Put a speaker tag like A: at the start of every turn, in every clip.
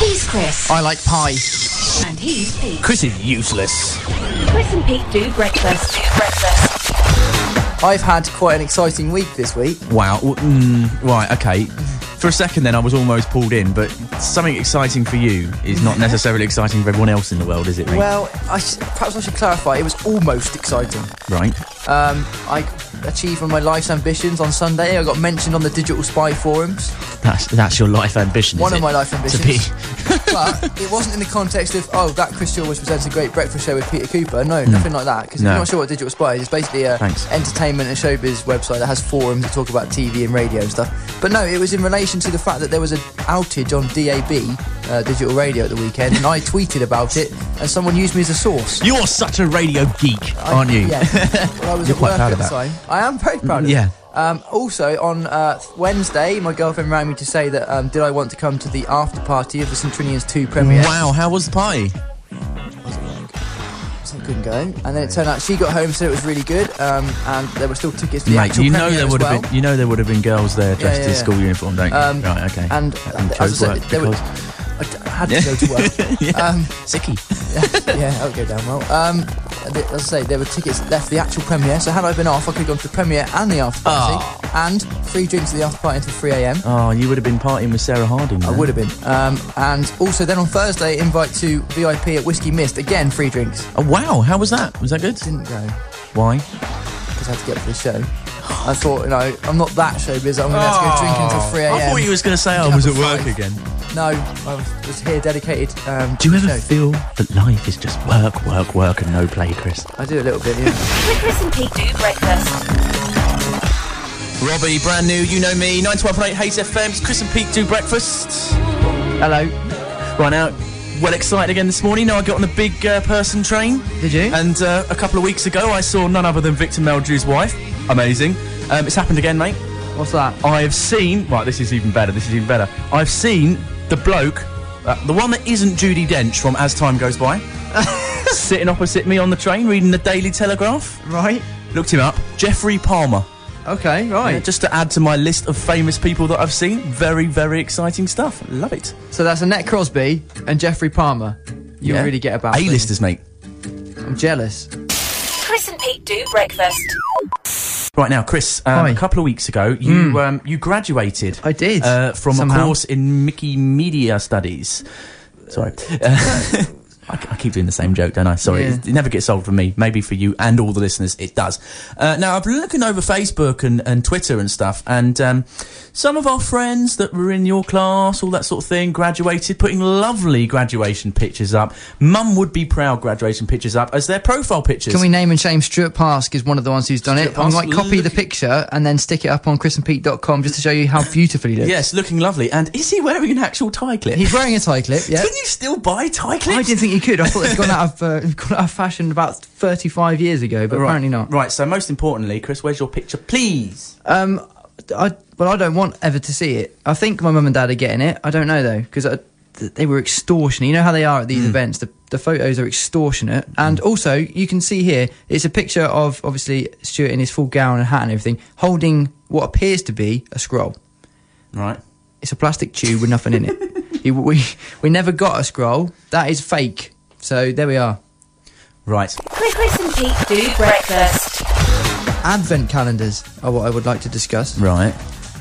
A: He's Chris.
B: I like pie.
A: And he's Pete.
C: Chris is useless.
A: Chris and Pete do breakfast. Breakfast.
B: I've had quite an exciting week this week.
C: Wow. w- Mm, right, okay. For a second then, I was almost pulled in, but something exciting for you is not necessarily exciting for everyone else in the world, is it, Reece?
B: Well, I sh- perhaps I should clarify. It was almost exciting.
C: right.
B: Um, I achieved one of my life's ambitions on Sunday. I got mentioned on the Digital Spy forums,
C: That's, that's your life ambition, is
B: One of
C: it?
B: my life
C: To be,
B: ambitions. but it wasn't in the context of oh that Chris Stewart was presents a great breakfast show with Peter Cooper. No, nothing like that. Because if
C: No.
B: you're not sure what Digital Spy is, it's basically a
C: Thanks.
B: entertainment and showbiz website that has forums that talk about TV and radio and stuff. But no, it was in relation to the fact that there was an outage on DAB, uh, digital radio, at the weekend, and I tweeted about it, and someone used me as a source.
C: you're such a radio geek,
B: I-
C: aren't you?
B: Yeah. Well, I was
C: You're
B: at
C: quite
B: work
C: proud
B: at
C: of
B: the
C: that.
B: time. I am very proud of
C: Yeah.
B: it. Um, also, on uh, Wednesday, my girlfriend rang me to say that um, did I want to come to the after party of the Centurions 2 premiere?
C: Wow, how was the pie?
B: So I couldn't go. And then it turned out she got home, so it was really good. Um, and there were still tickets for the
C: Mate,
B: actual
C: you know
B: premiere
C: there
B: as
C: would
B: well.
C: have been you know there would have been girls there dressed
B: yeah,
C: in
B: yeah.
C: school uniform, don't you?
B: Um,
C: right, okay.
B: And,
C: and
B: as I
C: chose
B: said,
C: work
B: there were,
C: because
B: I, d- I had to go to work.
C: Yeah.
B: um,
C: sicky.
B: yeah, that would go down well. Um, th- as I say, there were tickets left for the actual premiere, so had I been off, I could have gone to the premiere and the after party,
C: Ah.
B: and free drinks at the after party until 3 a.m.
C: Oh, you would have been partying with Sarah Harding.
B: I would have been. Um, and also then on Thursday, invite to VIP at Whiskey Mist. Again, free drinks.
C: Oh, wow, how was that? Was that good?
B: Didn't go
C: Why?
B: because I had to get up for the show. I thought, you know, I'm not that showbiz. I'm going to have to go drinking until 3 a.m.
C: Oh. I thought you was going to say,
B: Get
C: I was
B: up
C: at
B: at
C: work
B: five.
C: again.
B: No, I was- was here dedicated. Um,
C: Do you
B: to the
C: ever
B: show.
C: feel that life is just work, work, work, and no play, Chris?
B: I do a little bit. Yeah.
A: Chris and Pete do breakfast.
C: Robbie, brand new, you know me, 912.8 Hayes FM, it's Chris and Pete do breakfast. Hello. Right now, well excited again this morning. Now I got on the big uh, person train.
B: Did you?
C: And uh, a couple of weeks ago, I saw none other than Victor Meldrew's wife. Amazing. Um, it's happened again, mate.
B: What's that?
C: I've seen. Right, this is even better. This is even better. I've seen the bloke, uh, the one that isn't Judy Dench from As Time Goes By, sitting opposite me on the train reading the Daily Telegraph.
B: Right.
C: Looked him up. Jeffrey Palmer.
B: Okay.
C: Yeah,
B: Right.
C: just to add to my list of famous people that I've seen. Very, very exciting stuff. Love it.
B: So that's Annette Crosby and Jeffrey Palmer. You
C: Yeah.
B: really get about. don't you?
C: A-listers, mate.
B: I'm jealous.
A: Chris and Pete do breakfast.
C: Right now, Chris. Um,
B: Hi. Hmm.
C: a couple of weeks ago, you um, you graduated.
B: I did,
C: uh, from a
B: somehow.
C: course in Mickey Media Studies. Sorry, Uh, I, I keep doing the same joke, don't I? Sorry,
B: Yeah.
C: it, it never gets old for me. Maybe for you and all the listeners, it does. Uh, now I've been looking over Facebook and, and Twitter and stuff, and um, some of our friends that were in your class, all that sort of thing, graduated, putting lovely graduation pictures up. Mum would be proud graduation pictures up as their profile pictures.
B: Can we name and shame Stuart Parsk is one of the ones who's done it.
C: Stuart
B: I
C: Parsk,
B: might copy the
C: look-
B: picture and then stick it up on chrisandpete.com just to show you how beautiful he looks.
C: Yes, looking lovely. And is he wearing an actual tie clip?
B: He's wearing a tie clip, yeah.
C: Can you still buy tie clips?
B: I didn't think he could. I thought it'd gone out of uh, gone out of fashion about 35 years ago, but
C: Right.
B: apparently not.
C: Right, so most importantly, Chris, where's your picture, please?
B: Um, I well, I don't want ever to see it. I think my mum and dad are getting it. I don't know though because th- they were extortionate. You know how they are at these
C: Mm.
B: events. The the photos are extortionate, and also you can see here it's a picture of obviously Stuart in his full gown and hat and everything, holding what appears to be a scroll.
C: Right.
B: It's a plastic tube with nothing in it. He, we we never got a scroll. That is fake. So there we are.
C: Right.
A: Chris, Chris and Pete do breakfast.
B: Advent calendars are what I would like to discuss.
C: Right.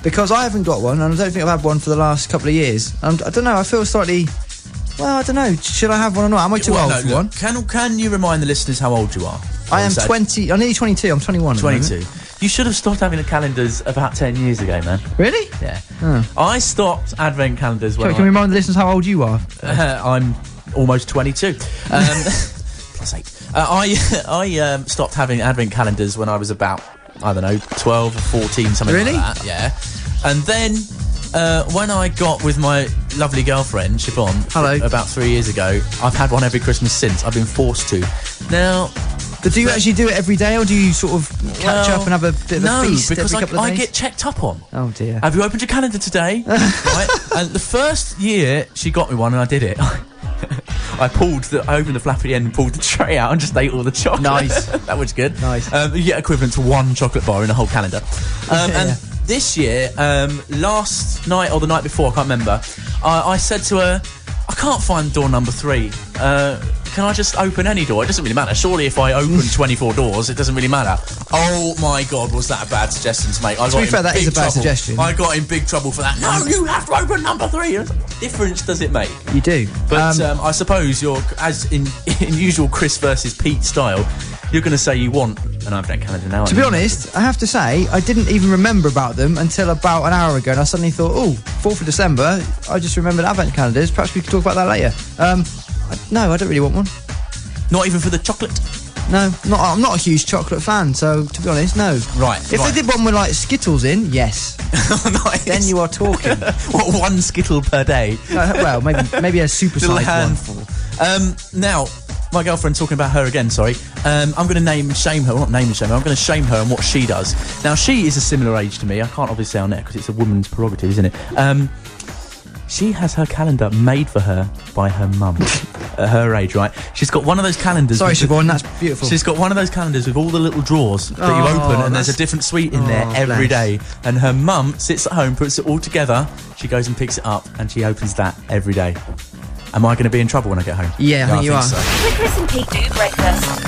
B: because I haven't got one, and I don't think I've had one for the last couple of years. And I don't know. I feel slightly. Well, I don't know. Should I have one or not? Am I too
C: Well,
B: old
C: no,
B: for
C: look,
B: one?
C: Can can you remind the listeners how old you are?
B: I am
C: Also,
B: twenty. I'm nearly twenty-two. I'm twenty-one. at the moment.
C: 22. You should have stopped having the calendars about 10 years ago, man.
B: Really?
C: Yeah. I stopped advent calendars when
B: Sorry, Hmm. can
C: I-
B: we remind the listeners how old you are?
C: Uh, I'm almost 22. Um, plus eight. Uh, I I um, stopped having advent calendars when I was about I don't know 12 or 14 something
B: Really?
C: like that. Yeah. And then uh, when I got with my lovely girlfriend Siobhan
B: Hello.
C: about three years ago, I've had one every Christmas since. I've been forced to. Now
B: But do you actually do it every day, or do you sort of catch up
C: well,
B: and have a bit of
C: no,
B: a feast
C: because
B: every
C: I,
B: couple of
C: I
B: days?
C: get checked up on.
B: Oh, dear.
C: Have you opened your calendar today? right. And the first year she got me one and I did it. I pulled the, I opened the flap at the end and pulled the tray out and just ate all the chocolate.
B: Nice.
C: that was good.
B: Nice.
C: Um, you get equivalent to one chocolate bar in a whole calendar. Um,
B: Yeah,
C: and
B: yeah.
C: this year, um, last night or the night before, I can't remember, I, I said to her, I can't find door number three. Uh, can I just open any door? It doesn't really matter. Surely, if I open 24 doors, it doesn't really matter. Oh my God, was that a bad suggestion to make? I got
B: be
C: in
B: fair, that
C: big
B: is a bad
C: trouble.
B: suggestion.
C: I got in big trouble for that. No, you have to open number three. What difference does it make?
B: You do.
C: But
B: Um,
C: um, I suppose you're, as in, in usual Chris versus Pete style, you're going to say you want, and I've done Canada now.
B: to be honest, I have to say I didn't even remember about them until about an hour ago, and I suddenly thought, oh, 4th of December. I just remembered Advent calendars. Perhaps we could talk about that later. Um, I, no, I don't really want one.
C: not even for the chocolate.
B: No, not, I'm not a huge chocolate fan, so to be honest, no.
C: Right,
B: If
C: right.
B: they did one with like Skittles in, yes.
C: Nice.
B: then you are talking. Uh,
C: what one skittle per day?
B: well, maybe maybe a super
C: little
B: sized one.
C: handful. Um, now, my girlfriend talking about her again. Sorry, um, I'm going to name and shame her. Well, not name and shame her. I'm going to shame her and what she does. Now, she is a similar age to me. I can't obviously say on there because it's a woman's prerogative, isn't it? Um, she has her calendar made for her by her mum. At her age, right? She's got one of those calendars.
B: Sorry,
C: with the-
B: Siobhan, that's beautiful.
C: She's got one of those calendars with all the little drawers that you
B: Oh,
C: open, and there's a
B: that's-
C: different sweet in there
B: Oh,
C: every day.
B: bless.
C: And her mum sits at home, puts it all together. She goes and picks it up, and she opens that every day. Am I going to be in trouble when I get home?
B: Yeah, I think you
C: so.
A: Chris and Pete do breakfast.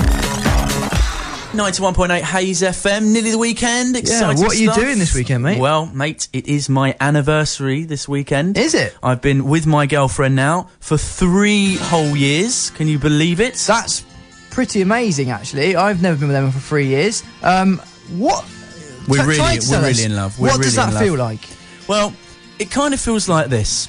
C: 91.8 Hayes FM, nearly the weekend. Exciting
B: what are you
C: stuff.
B: doing this weekend, mate?
C: Well, mate, it is my anniversary this weekend.
B: Is it?
C: I've been with my girlfriend now for three whole years. Can you believe it?
B: That's pretty amazing, actually. I've never been with Emma for three years. Um, what?
C: We're
B: Try-
C: really-
B: try to
C: we're
B: tell
C: really
B: us,
C: in love. We're
B: what does
C: really
B: that
C: in
B: feel
C: love.
B: like?
C: Well, it kind of feels like this.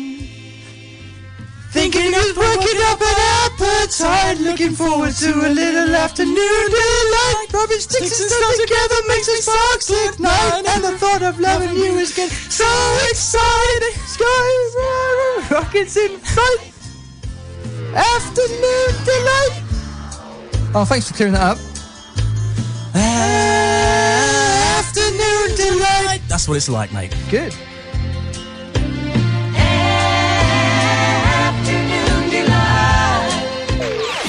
B: Thinking of working up an appetite, looking forward to a little afternoon delight. Rubbing sticks and stones together makes the sparks lift night, and the thought of loving you is getting so exciting. Skies are rockets in sight. Afternoon delight. Oh, thanks for clearing that up. Afternoon delight.
C: That's what it's like, mate.
B: Good.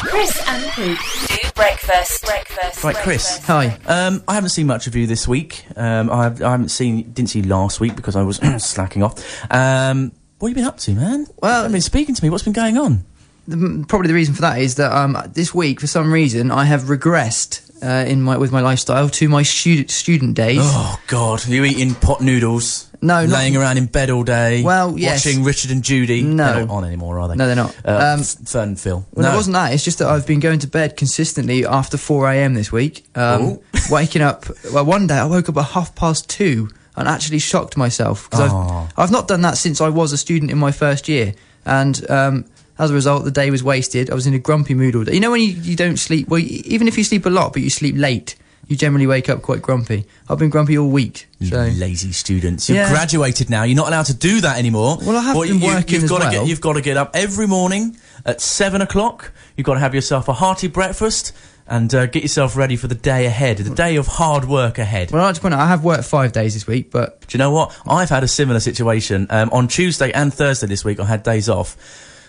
A: Chris and Pete do breakfast. Breakfast.
C: Right, Chris.
A: breakfast.
B: Hi.
C: Um, I haven't seen much of you this week. Um, I, I haven't seen, didn't see you last week because I was slacking off. Um, what have you been up to, man?
B: Well-
C: I've been speaking to me. What's been going on?
B: the- probably the reason for that is that um, this week, for some reason, I have regressed uh, in my with my lifestyle to my stu- student days.
C: Oh God, you eating pot noodles?
B: No, not-
C: laying around in bed all day.
B: Well, yes.
C: watching Richard and Judy.
B: No.
C: they're not on anymore, are they?
B: No, they're not.
C: Uh,
B: Um,
C: F- Fern and Phil.
B: Well,
C: no,
B: it wasn't that. It's just that I've been going to bed consistently after 4 a.m. this week. Um,
C: Oh.
B: waking up. Well, one day I woke up at half past two and actually shocked myself because
C: Oh.
B: I've, I've not done that since I was a student in my first year. And um, as a result, the day was wasted. I was in a grumpy mood all day. You know, when you, you don't sleep, well, y- even if you sleep a lot, but you sleep late, you generally wake up quite grumpy. I've been grumpy all week.
C: You
B: So.
C: lazy students. You've
B: Yeah.
C: graduated now. You're not allowed to do that anymore.
B: Well, I have
C: What
B: been
C: you,
B: working
C: You've
B: as
C: got to
B: well.
C: get. You've got to get up every morning at seven o'clock. You've got to have yourself a hearty breakfast and uh, get yourself ready for the day ahead. The day of hard work ahead.
B: Well, I'd like to point out, I have worked five days this week, but
C: Do you know what? I've had a similar situation. Um, on Tuesday and Thursday this week, I had days off.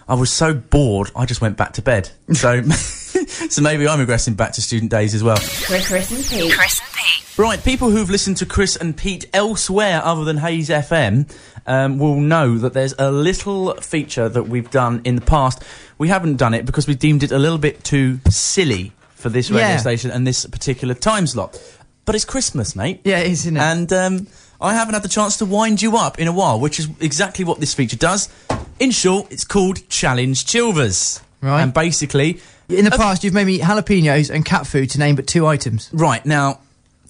C: I was so bored, I just went back to bed. So, so maybe I'm regressing back to student days as well.
A: Chris, Chris and Pete. Chris and Pete.
C: Right, people who've listened to Chris and Pete elsewhere other than Hayes FM um, will know that there's a little feature that we've done in the past. We haven't done it because we deemed it a little bit too silly for this radio
B: Yeah.
C: station and this particular time slot. But it's Christmas, mate.
B: yeah, it is, isn't it?
C: And um, I haven't had the chance to wind you up in a while, which is exactly what this feature does. In short, it's called Challenge Chilvers.
B: Right.
C: And basically,
B: in the past, you've made me eat jalapenos and cat food to name but two items.
C: right now,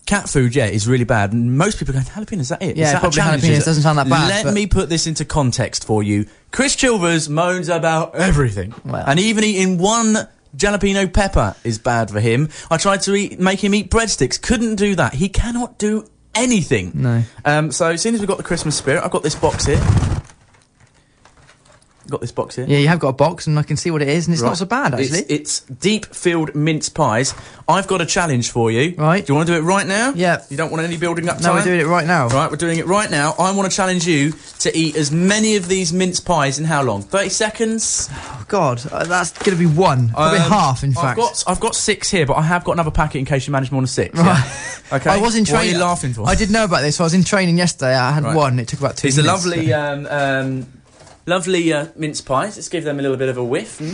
C: cat food, yeah, is really bad. And most people go, jalapenos, is that it? Is
B: Yeah,
C: that a
B: probably
C: challenge? Is
B: jalapenos
C: it-"
B: doesn't sound that bad,
C: Let
B: but-
C: me put this into context for you. Chris Chilvers moans about everything.
B: Well-
C: And even eating one jalapeno pepper is bad for him. I tried to eat, make him eat breadsticks. Couldn't do that. He cannot do anything.
B: No.
C: Um, so, as soon as we've got the Christmas spirit, I've got this box here. Got this box here.
B: Yeah, you have got a box, and I can see what it is, and it's not so bad actually.
C: It's, it's deep filled mince pies. I've got a challenge for you.
B: Right.
C: Do you want to do it right now?
B: Yeah.
C: You don't want any building up time.
B: no, we're doing it right now.
C: Right, we're doing it right now. I want to challenge you to eat as many of these mince pies in how long? Thirty seconds.
B: Oh God, uh, that's gonna be one, probably
C: Um,
B: half, in
C: I've
B: fact.
C: got I've got six here, but I have got another packet in case you manage more than six. yeah. Okay.
B: I was in
C: What are
B: training.
C: you laughing for?
B: I did know about this. I was in training yesterday. I had
C: Right.
B: one. It took about two.
C: These are
B: minutes.
C: lovely, um, um, lovely uh, mince pies. Let's give them a little bit of a whiff. Mm,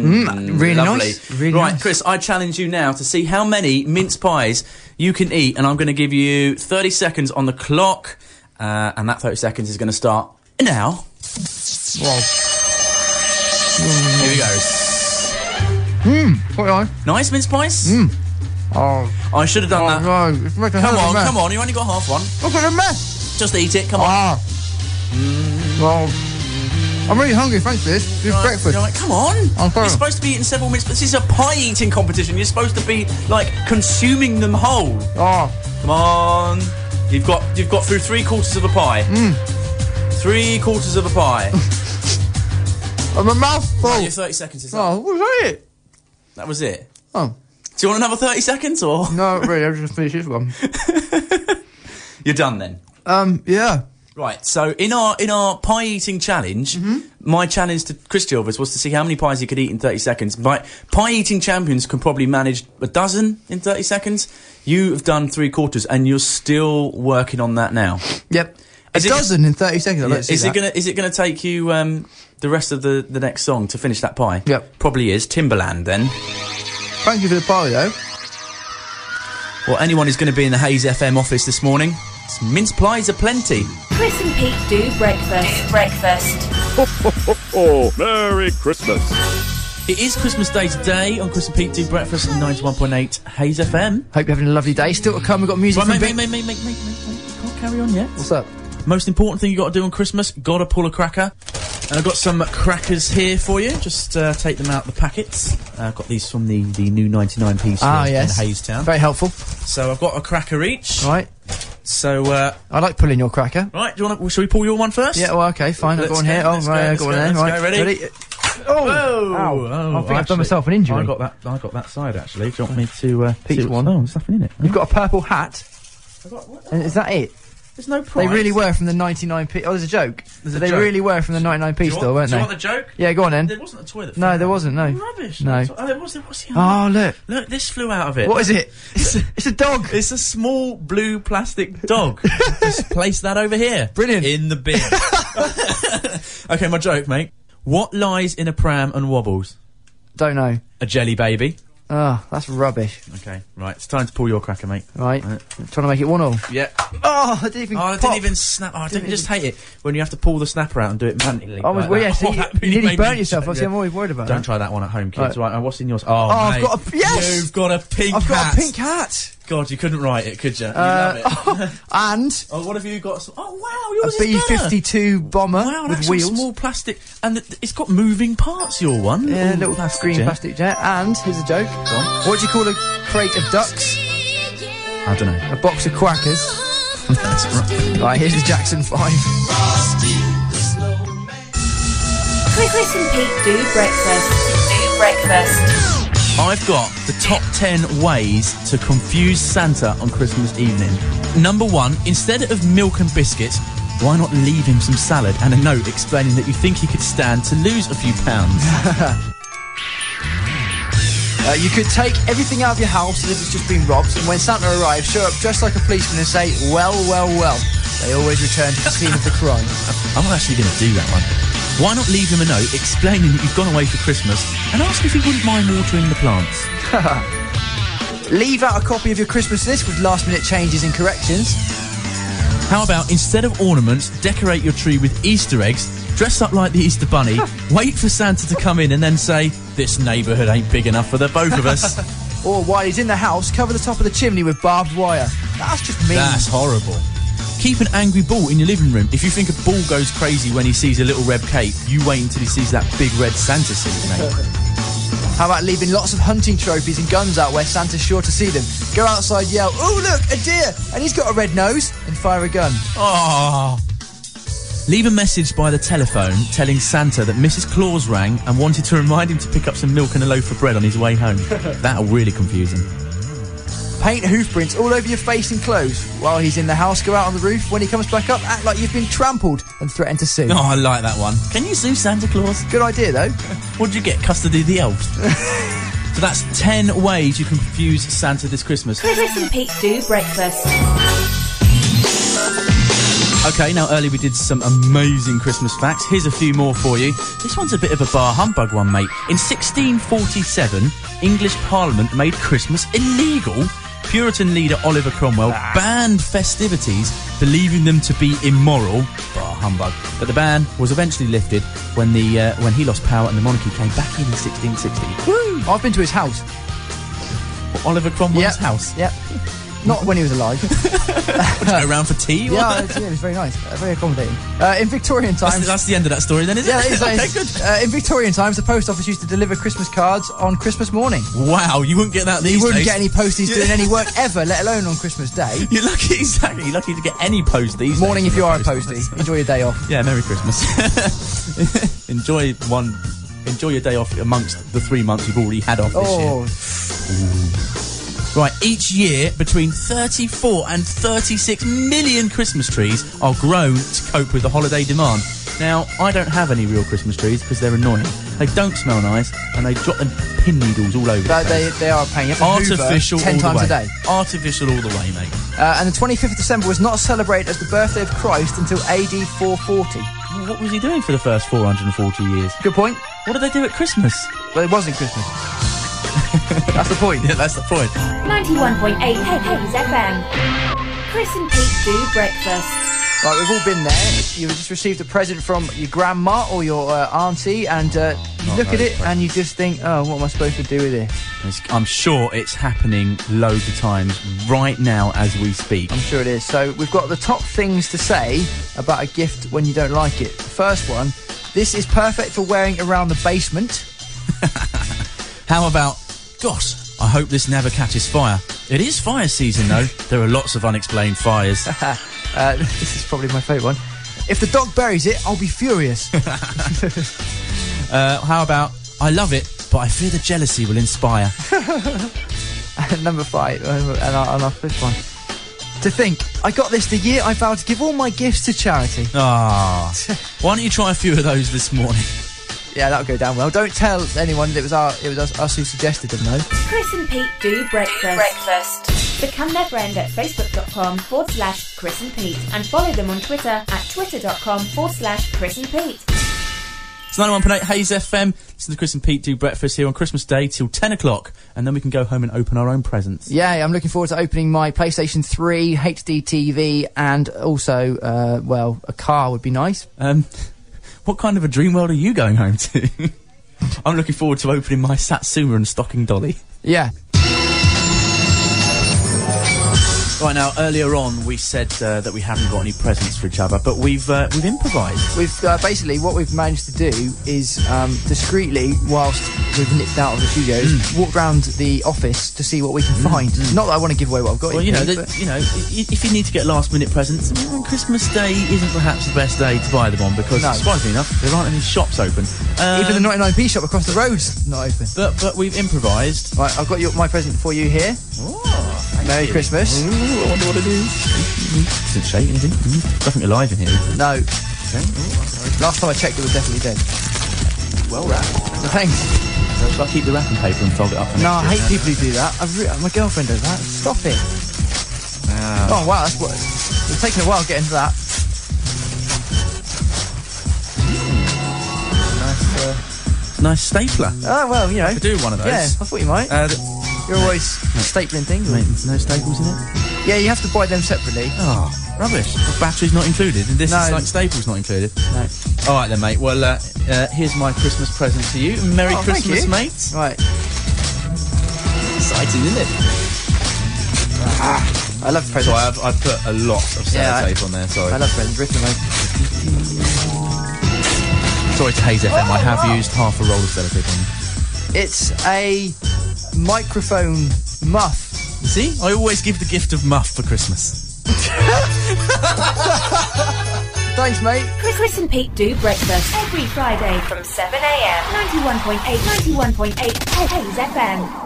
B: Mm, really
C: lovely.
B: nice, really
C: right,
B: nice.
C: Chris, I challenge you now to see how many mince pies you can eat, and I'm going to give you 30 seconds on the clock, uh, and that 30 seconds is going to start now.
B: Wow.
C: Here we go.
B: Put it on.
C: Nice mince pies.
B: Oh,
C: I should have
B: Mm. oh
C: done that.
B: no, it's making
C: Come on, come on. You only got half one.
B: Look at the mess.
C: Just eat it. Come on.
B: Ah. Well, I'm really hungry. Thanks for this. It's
C: Right,
B: breakfast. Oh,
C: you're like, come on!
B: I'm sorry.
C: You're supposed to be eating several minutes, but this is a pie eating competition. You're supposed to be like consuming them whole.
B: Oh,
C: Come on. You've got you've got through three quarters of a pie.
B: Hmm.
C: Three quarters of a pie.
B: I'm a mouthful.
C: Your 30 seconds is up.
B: Oh, what was it?
C: That was it.
B: Oh,
C: Do you want another 30 seconds or
B: no, really. I've just finished this one.
C: you're done then?
B: Um, yeah.
C: Right. So in our in our pie eating challenge,
B: Mm-hmm.
C: my challenge to Chris Chilvers was to see how many pies he could eat in 30 seconds. My pie eating champions can probably manage a dozen in 30 seconds. You have done three quarters, and you're still working on that now.
B: Yep.
C: Is
B: a
C: it-
B: dozen in 30 seconds. I'd like to see
C: is
B: that.
C: it gonna is it gonna take you um, the rest of the, the next song to finish that pie?
B: Yep.
C: Probably is Timberland then.
B: Thank you for the pie, though.
C: Well, anyone who's going to be in the Hayes FM office this morning, it's mince pies aplenty.
A: Chris and Pete do breakfast. Do breakfast.
D: Oh, Merry Christmas.
C: It is Christmas Day today on Chris and Pete do breakfast on ninety one point eight Hayes FM.
B: Hope you're having a lovely day. Still to come, we've got music from
C: Right, mate,
B: Big...
C: mate, mate, mate, mate, mate, mate, mate, can't carry on yet.
B: What's up?
C: Most important thing you got to do on Christmas, got to pull a cracker. And I've got some crackers here for you. Just uh, take them out the packets. Uh, I've got these from the, the new 99p store
B: Ah,
C: in
B: yes.
C: Hayes Town.
B: Very helpful.
C: So I've got a cracker each.
B: All right.
C: So, uh,
B: I like pulling your cracker.
C: right, do you want to, shall we pull your one first?
B: Yeah, well, okay, fine. I've
C: Let's
B: got one
C: go,
B: here. Oh,
C: let's
B: right,
C: go,
B: I've got one there.
C: let's go,
B: Right.
C: let's go, ready? Oh,
B: Ow. I think I've done
C: actually,
B: myself an injury.
C: I got that. I got that side actually. Do you want me to uh,
B: Peach
C: see what's-
B: one.
C: Oh, there's nothing in it.
B: You've got a purple hat,
C: I've got- what?
B: and is that it?
C: There's no prize.
B: They really were from the 99p. Oh, there's a joke.
C: a
B: they
C: joke.
B: really were from the 99p
C: Do you want-
B: store, weren't
C: do
B: they?
C: you want the joke?
B: yeah, go on
C: There
B: then.
C: wasn't a toy that.
B: No,
C: flew
B: there
C: out.
B: wasn't, no.
C: Rubbish.
B: No.
C: Oh, there was. There was.
B: Oh, look.
C: Look, this flew out of it.
B: What is it? It's a, it's a dog.
C: It's a small blue plastic dog. Just place that over here.
B: Brilliant.
C: In the bin. okay, my joke, mate. What lies in a pram and wobbles?
B: Don't know.
C: A jelly baby.
B: Oh, that's rubbish.
C: Okay, right. It's time to pull your cracker, mate.
B: Right.
C: Right.
B: Trying to make it one all.
C: Yeah.
B: Oh, I didn't even.
C: Oh, I
B: pop.
C: didn't even snap. Oh, I didn't
B: Didn't
C: just hate it when you have to pull the snapper out and do it manually.
B: I was,
C: like
B: well,
C: that.
B: yeah, see,
C: Oh,
B: you,
C: that really
B: you nearly
C: made me
B: burnt yourself. I
C: upset,
B: see,
C: yeah.
B: I'm always worried about
C: Don't
B: that.
C: try that one at home, kids. Right,
B: Right.
C: and what's in yours? Oh, oh
B: I've got a- yes!
C: You've got a pink
B: I've got
C: hat.
B: a pink hat.
C: God, you couldn't write it, could you? You love
B: Uh,
C: it.
B: and
C: Oh, what have you got? Oh, wow,
B: a
C: yours is
B: B
C: better.
B: 52 bomber
C: Wow,
B: with
C: that's
B: wheels.
C: some small plastic, and th- it's got moving parts. Your one,
B: Yeah, little green plastic jet. And here's a joke.
C: on.
B: What do you call a crate of ducks?
C: I don't know.
B: A box of quackers. Right, here's the Jackson 5.
A: Chris, Chris and Pete do breakfast. Do breakfast.
C: I've got the top 10 ways to confuse Santa on Christmas evening. Number one, instead of milk and biscuits, why not leave him some salad and a note explaining that you think he could stand to lose a few pounds?
B: Uh, you could take everything out of your house as if it's just been robbed, and when Santa arrives, show up dressed like a policeman and say, Well, well, well. They always return to the scene of the crime.
C: I'm not actually going to do that one. Why not leave him a note explaining that you've gone away for Christmas and ask if he wouldn't mind watering the plants?
B: Leave out a copy of your Christmas list with last minute changes and corrections.
C: How about instead of ornaments, decorate your tree with Easter eggs, dress up like the Easter Bunny, wait for Santa to come in and then say, This neighbourhood ain't big enough for the both of us.
B: Or while he's in the house, cover the top of the chimney with barbed wire. That's just mean.
C: That's horrible. Keep an angry bull in your living room. If you think a bull goes crazy when he sees a little red cape, you wait until he sees that big red Santa suit, mate.
B: How about leaving lots of hunting trophies and guns out where Santa's sure to see them? Go outside, yell, "Oh look, a deer! And he's got a red nose!" and fire a gun.
C: oh. Leave a message by the telephone telling Santa that Mrs. Claus rang and wanted to remind him to pick up some milk and a loaf of bread on his way home. That'll really confuse him.
B: Paint hoof prints all over your face and clothes. While he's in the house, go out on the roof. When he comes back up, act like you've been trampled and threatened to sue.
C: Oh, I like that one. Can you sue Santa Claus?
B: Good idea, though.
C: What did you get? Custody of the elves. so that's 10 ways you can confuse Santa this Christmas.
A: Chris and Pete do breakfast.
C: Okay, now earlier we did some amazing Christmas facts. Here's a few more for you. This one's a bit of a bar humbug one, mate. In 1647, English Parliament made Christmas illegal. Puritan leader Oliver Cromwell banned festivities, believing them to be immoral. Bar humbug. But the ban was eventually lifted when the uh, when he lost power and the monarchy came back in in 1660.
B: I've been to his house.
C: Oliver Cromwell's
B: Yep.
C: house.
B: Yep. Not when he was alive.
C: Go round for tea.
B: yeah, it's, yeah, it was very nice. Uh, very accommodating. Uh, in Victorian
C: That's,
B: times.
C: that's the end of that story, then, is it?
B: yeah, that is
C: okay,
B: nice.
C: good.
B: Uh, in Victorian times, the post office used to deliver Christmas cards on Christmas morning.
C: Wow, you wouldn't get that these
B: you wouldn't
C: days.
B: get any posties
C: Yeah.
B: doing any work ever, let alone on Christmas Day.
C: You're lucky, exactly. You're lucky to get any post these
B: Morning if
C: days from
B: you
C: the
B: are a
C: post
B: postie.
C: office.
B: Enjoy your day off.
C: Yeah, Merry Christmas. enjoy one. Enjoy your day off amongst the three months you've already had off this year.
B: Oh,
C: Right, each year between 34 and 36 million Christmas trees are grown to cope with the holiday demand. Now, I don't have any real Christmas trees because they're annoying. They don't smell nice, and they drop them pin needles all over. the
B: but
C: place.
B: they, they are a pain. You have to Hoover
C: Artificial
B: ten
C: all
B: times
C: the
B: a
C: way.
B: day.
C: Artificial all the way, mate.
B: Uh, and the 25th of December was not celebrated as the birthday of Christ until AD 440.
C: What was he doing for the first 440 years?
B: Good point.
C: What did they do at Christmas?
B: But it wasn't Christmas. That's the point.
C: Yeah, that's the point.
A: 91.8 Hayes FM. Chris and Pete do breakfast.
B: Right, we've all been there. You've just received a present from your grandma or your uh, auntie, and uh, you
C: Not
B: look at
C: those
B: it and you just think, oh, what am I supposed to do with this?
C: It's- I'm sure it's happening loads of times right now as we speak.
B: I'm sure it is. So, we've got the top things to say about a gift when you don't like it. The first one this is perfect for wearing around the basement.
C: How about, gosh, I hope this never catches fire. It is fire season though. there are lots of unexplained fires.
B: Uh, this is probably my favourite one. If the dog buries it, I'll be furious.
C: Uh, how about, I love it, but I fear the jealousy will inspire.
B: And number five, uh, and our, and our fifth one. To think, I got this the year I vowed to give all my gifts to charity.
C: Ah, why don't you try a few of those this morning?
B: Yeah, that'll go down well. Don't tell anyone that it was our, it was us, us who suggested them, though.
A: Chris and Pete do breakfast. Become their friend at facebook.com forward slash Chris and Pete and follow them on Twitter at twitter.com forward slash Chris and Pete.
C: It's 91.8 Hayes FM. Listen to Chris and Pete do breakfast here on Christmas Day till 10 o'clock, and then we can go home and open our own presents.
B: Yeah, I'm looking forward to opening my PlayStation 3, HD TV, and also, uh, well, a car would be nice.
C: Um, what kind of a dream world are you going home to? I'm looking forward to opening my Satsuma and stocking dolly.
B: Yeah.
C: Right now, earlier on, we said uh, that we haven't got any presents for each other, but we've uh, we've improvised.
B: We've uh, basically what we've managed to do is um, discreetly, whilst we've nipped out of the studios, walked round the office to see what we can find. Not that I want to give away what I've got.
C: Well, you know,
B: Pete,
C: that-
B: but-
C: you know, i- if you need to get last-minute presents, mm, Christmas Day isn't perhaps the best day to buy them on because,
B: No.
C: surprisingly enough, there aren't any shops open. Um,
B: even the 99p shop across the road's not open.
C: but but we've improvised.
B: Right, I've got your, my present for you here.
C: Oh,
B: Merry Christmas.
C: Ooh, I wonder what it is. Does it shake anything? Mm, Nothing alive in here.
B: No. Last time I checked, it was definitely dead.
C: Well wrapped.
B: So thanks.
C: Should I keep the wrapping paper and fold it up? for
B: No,
C: next
B: I
C: year?
B: hate people who do that. I've re- my girlfriend does that. Stop it.
C: Uh.
B: Oh wow, that's what. It's taken a while getting to that. Nice. Uh,
C: Nice stapler.
B: Oh well, you know.
C: Hmm. could do one of those.
B: Yeah, I thought you might.
C: Uh, th-
B: You're always stapling things.
C: mate, there's no staples in it.
B: Yeah, you have to buy them separately.
C: Oh, rubbish. The battery's not included. And this
B: No.
C: is like staples not included.
B: No.
C: All right then, mate. Well, uh, uh, here's my Christmas present to you. Merry
B: Oh, thank
C: Christmas,
B: you.
C: mate.
B: Right.
C: Exciting, isn't it?
B: I love
C: So
B: presents.
C: I've, I've put a lot of sellotape
B: Yeah, I-
C: on there. Sorry.
B: I love presents. Rip them away.
C: Sorry to Hayes FM.
B: Oh,
C: I have used half a roll of sellotape
B: It's a microphone muff.
C: on. See, I always give the gift of muff for Christmas.
E: Thanks, mate.
A: Chris, Chris and Pete do breakfast every Friday from 7am. 91.8, 91.8 Hayes FM.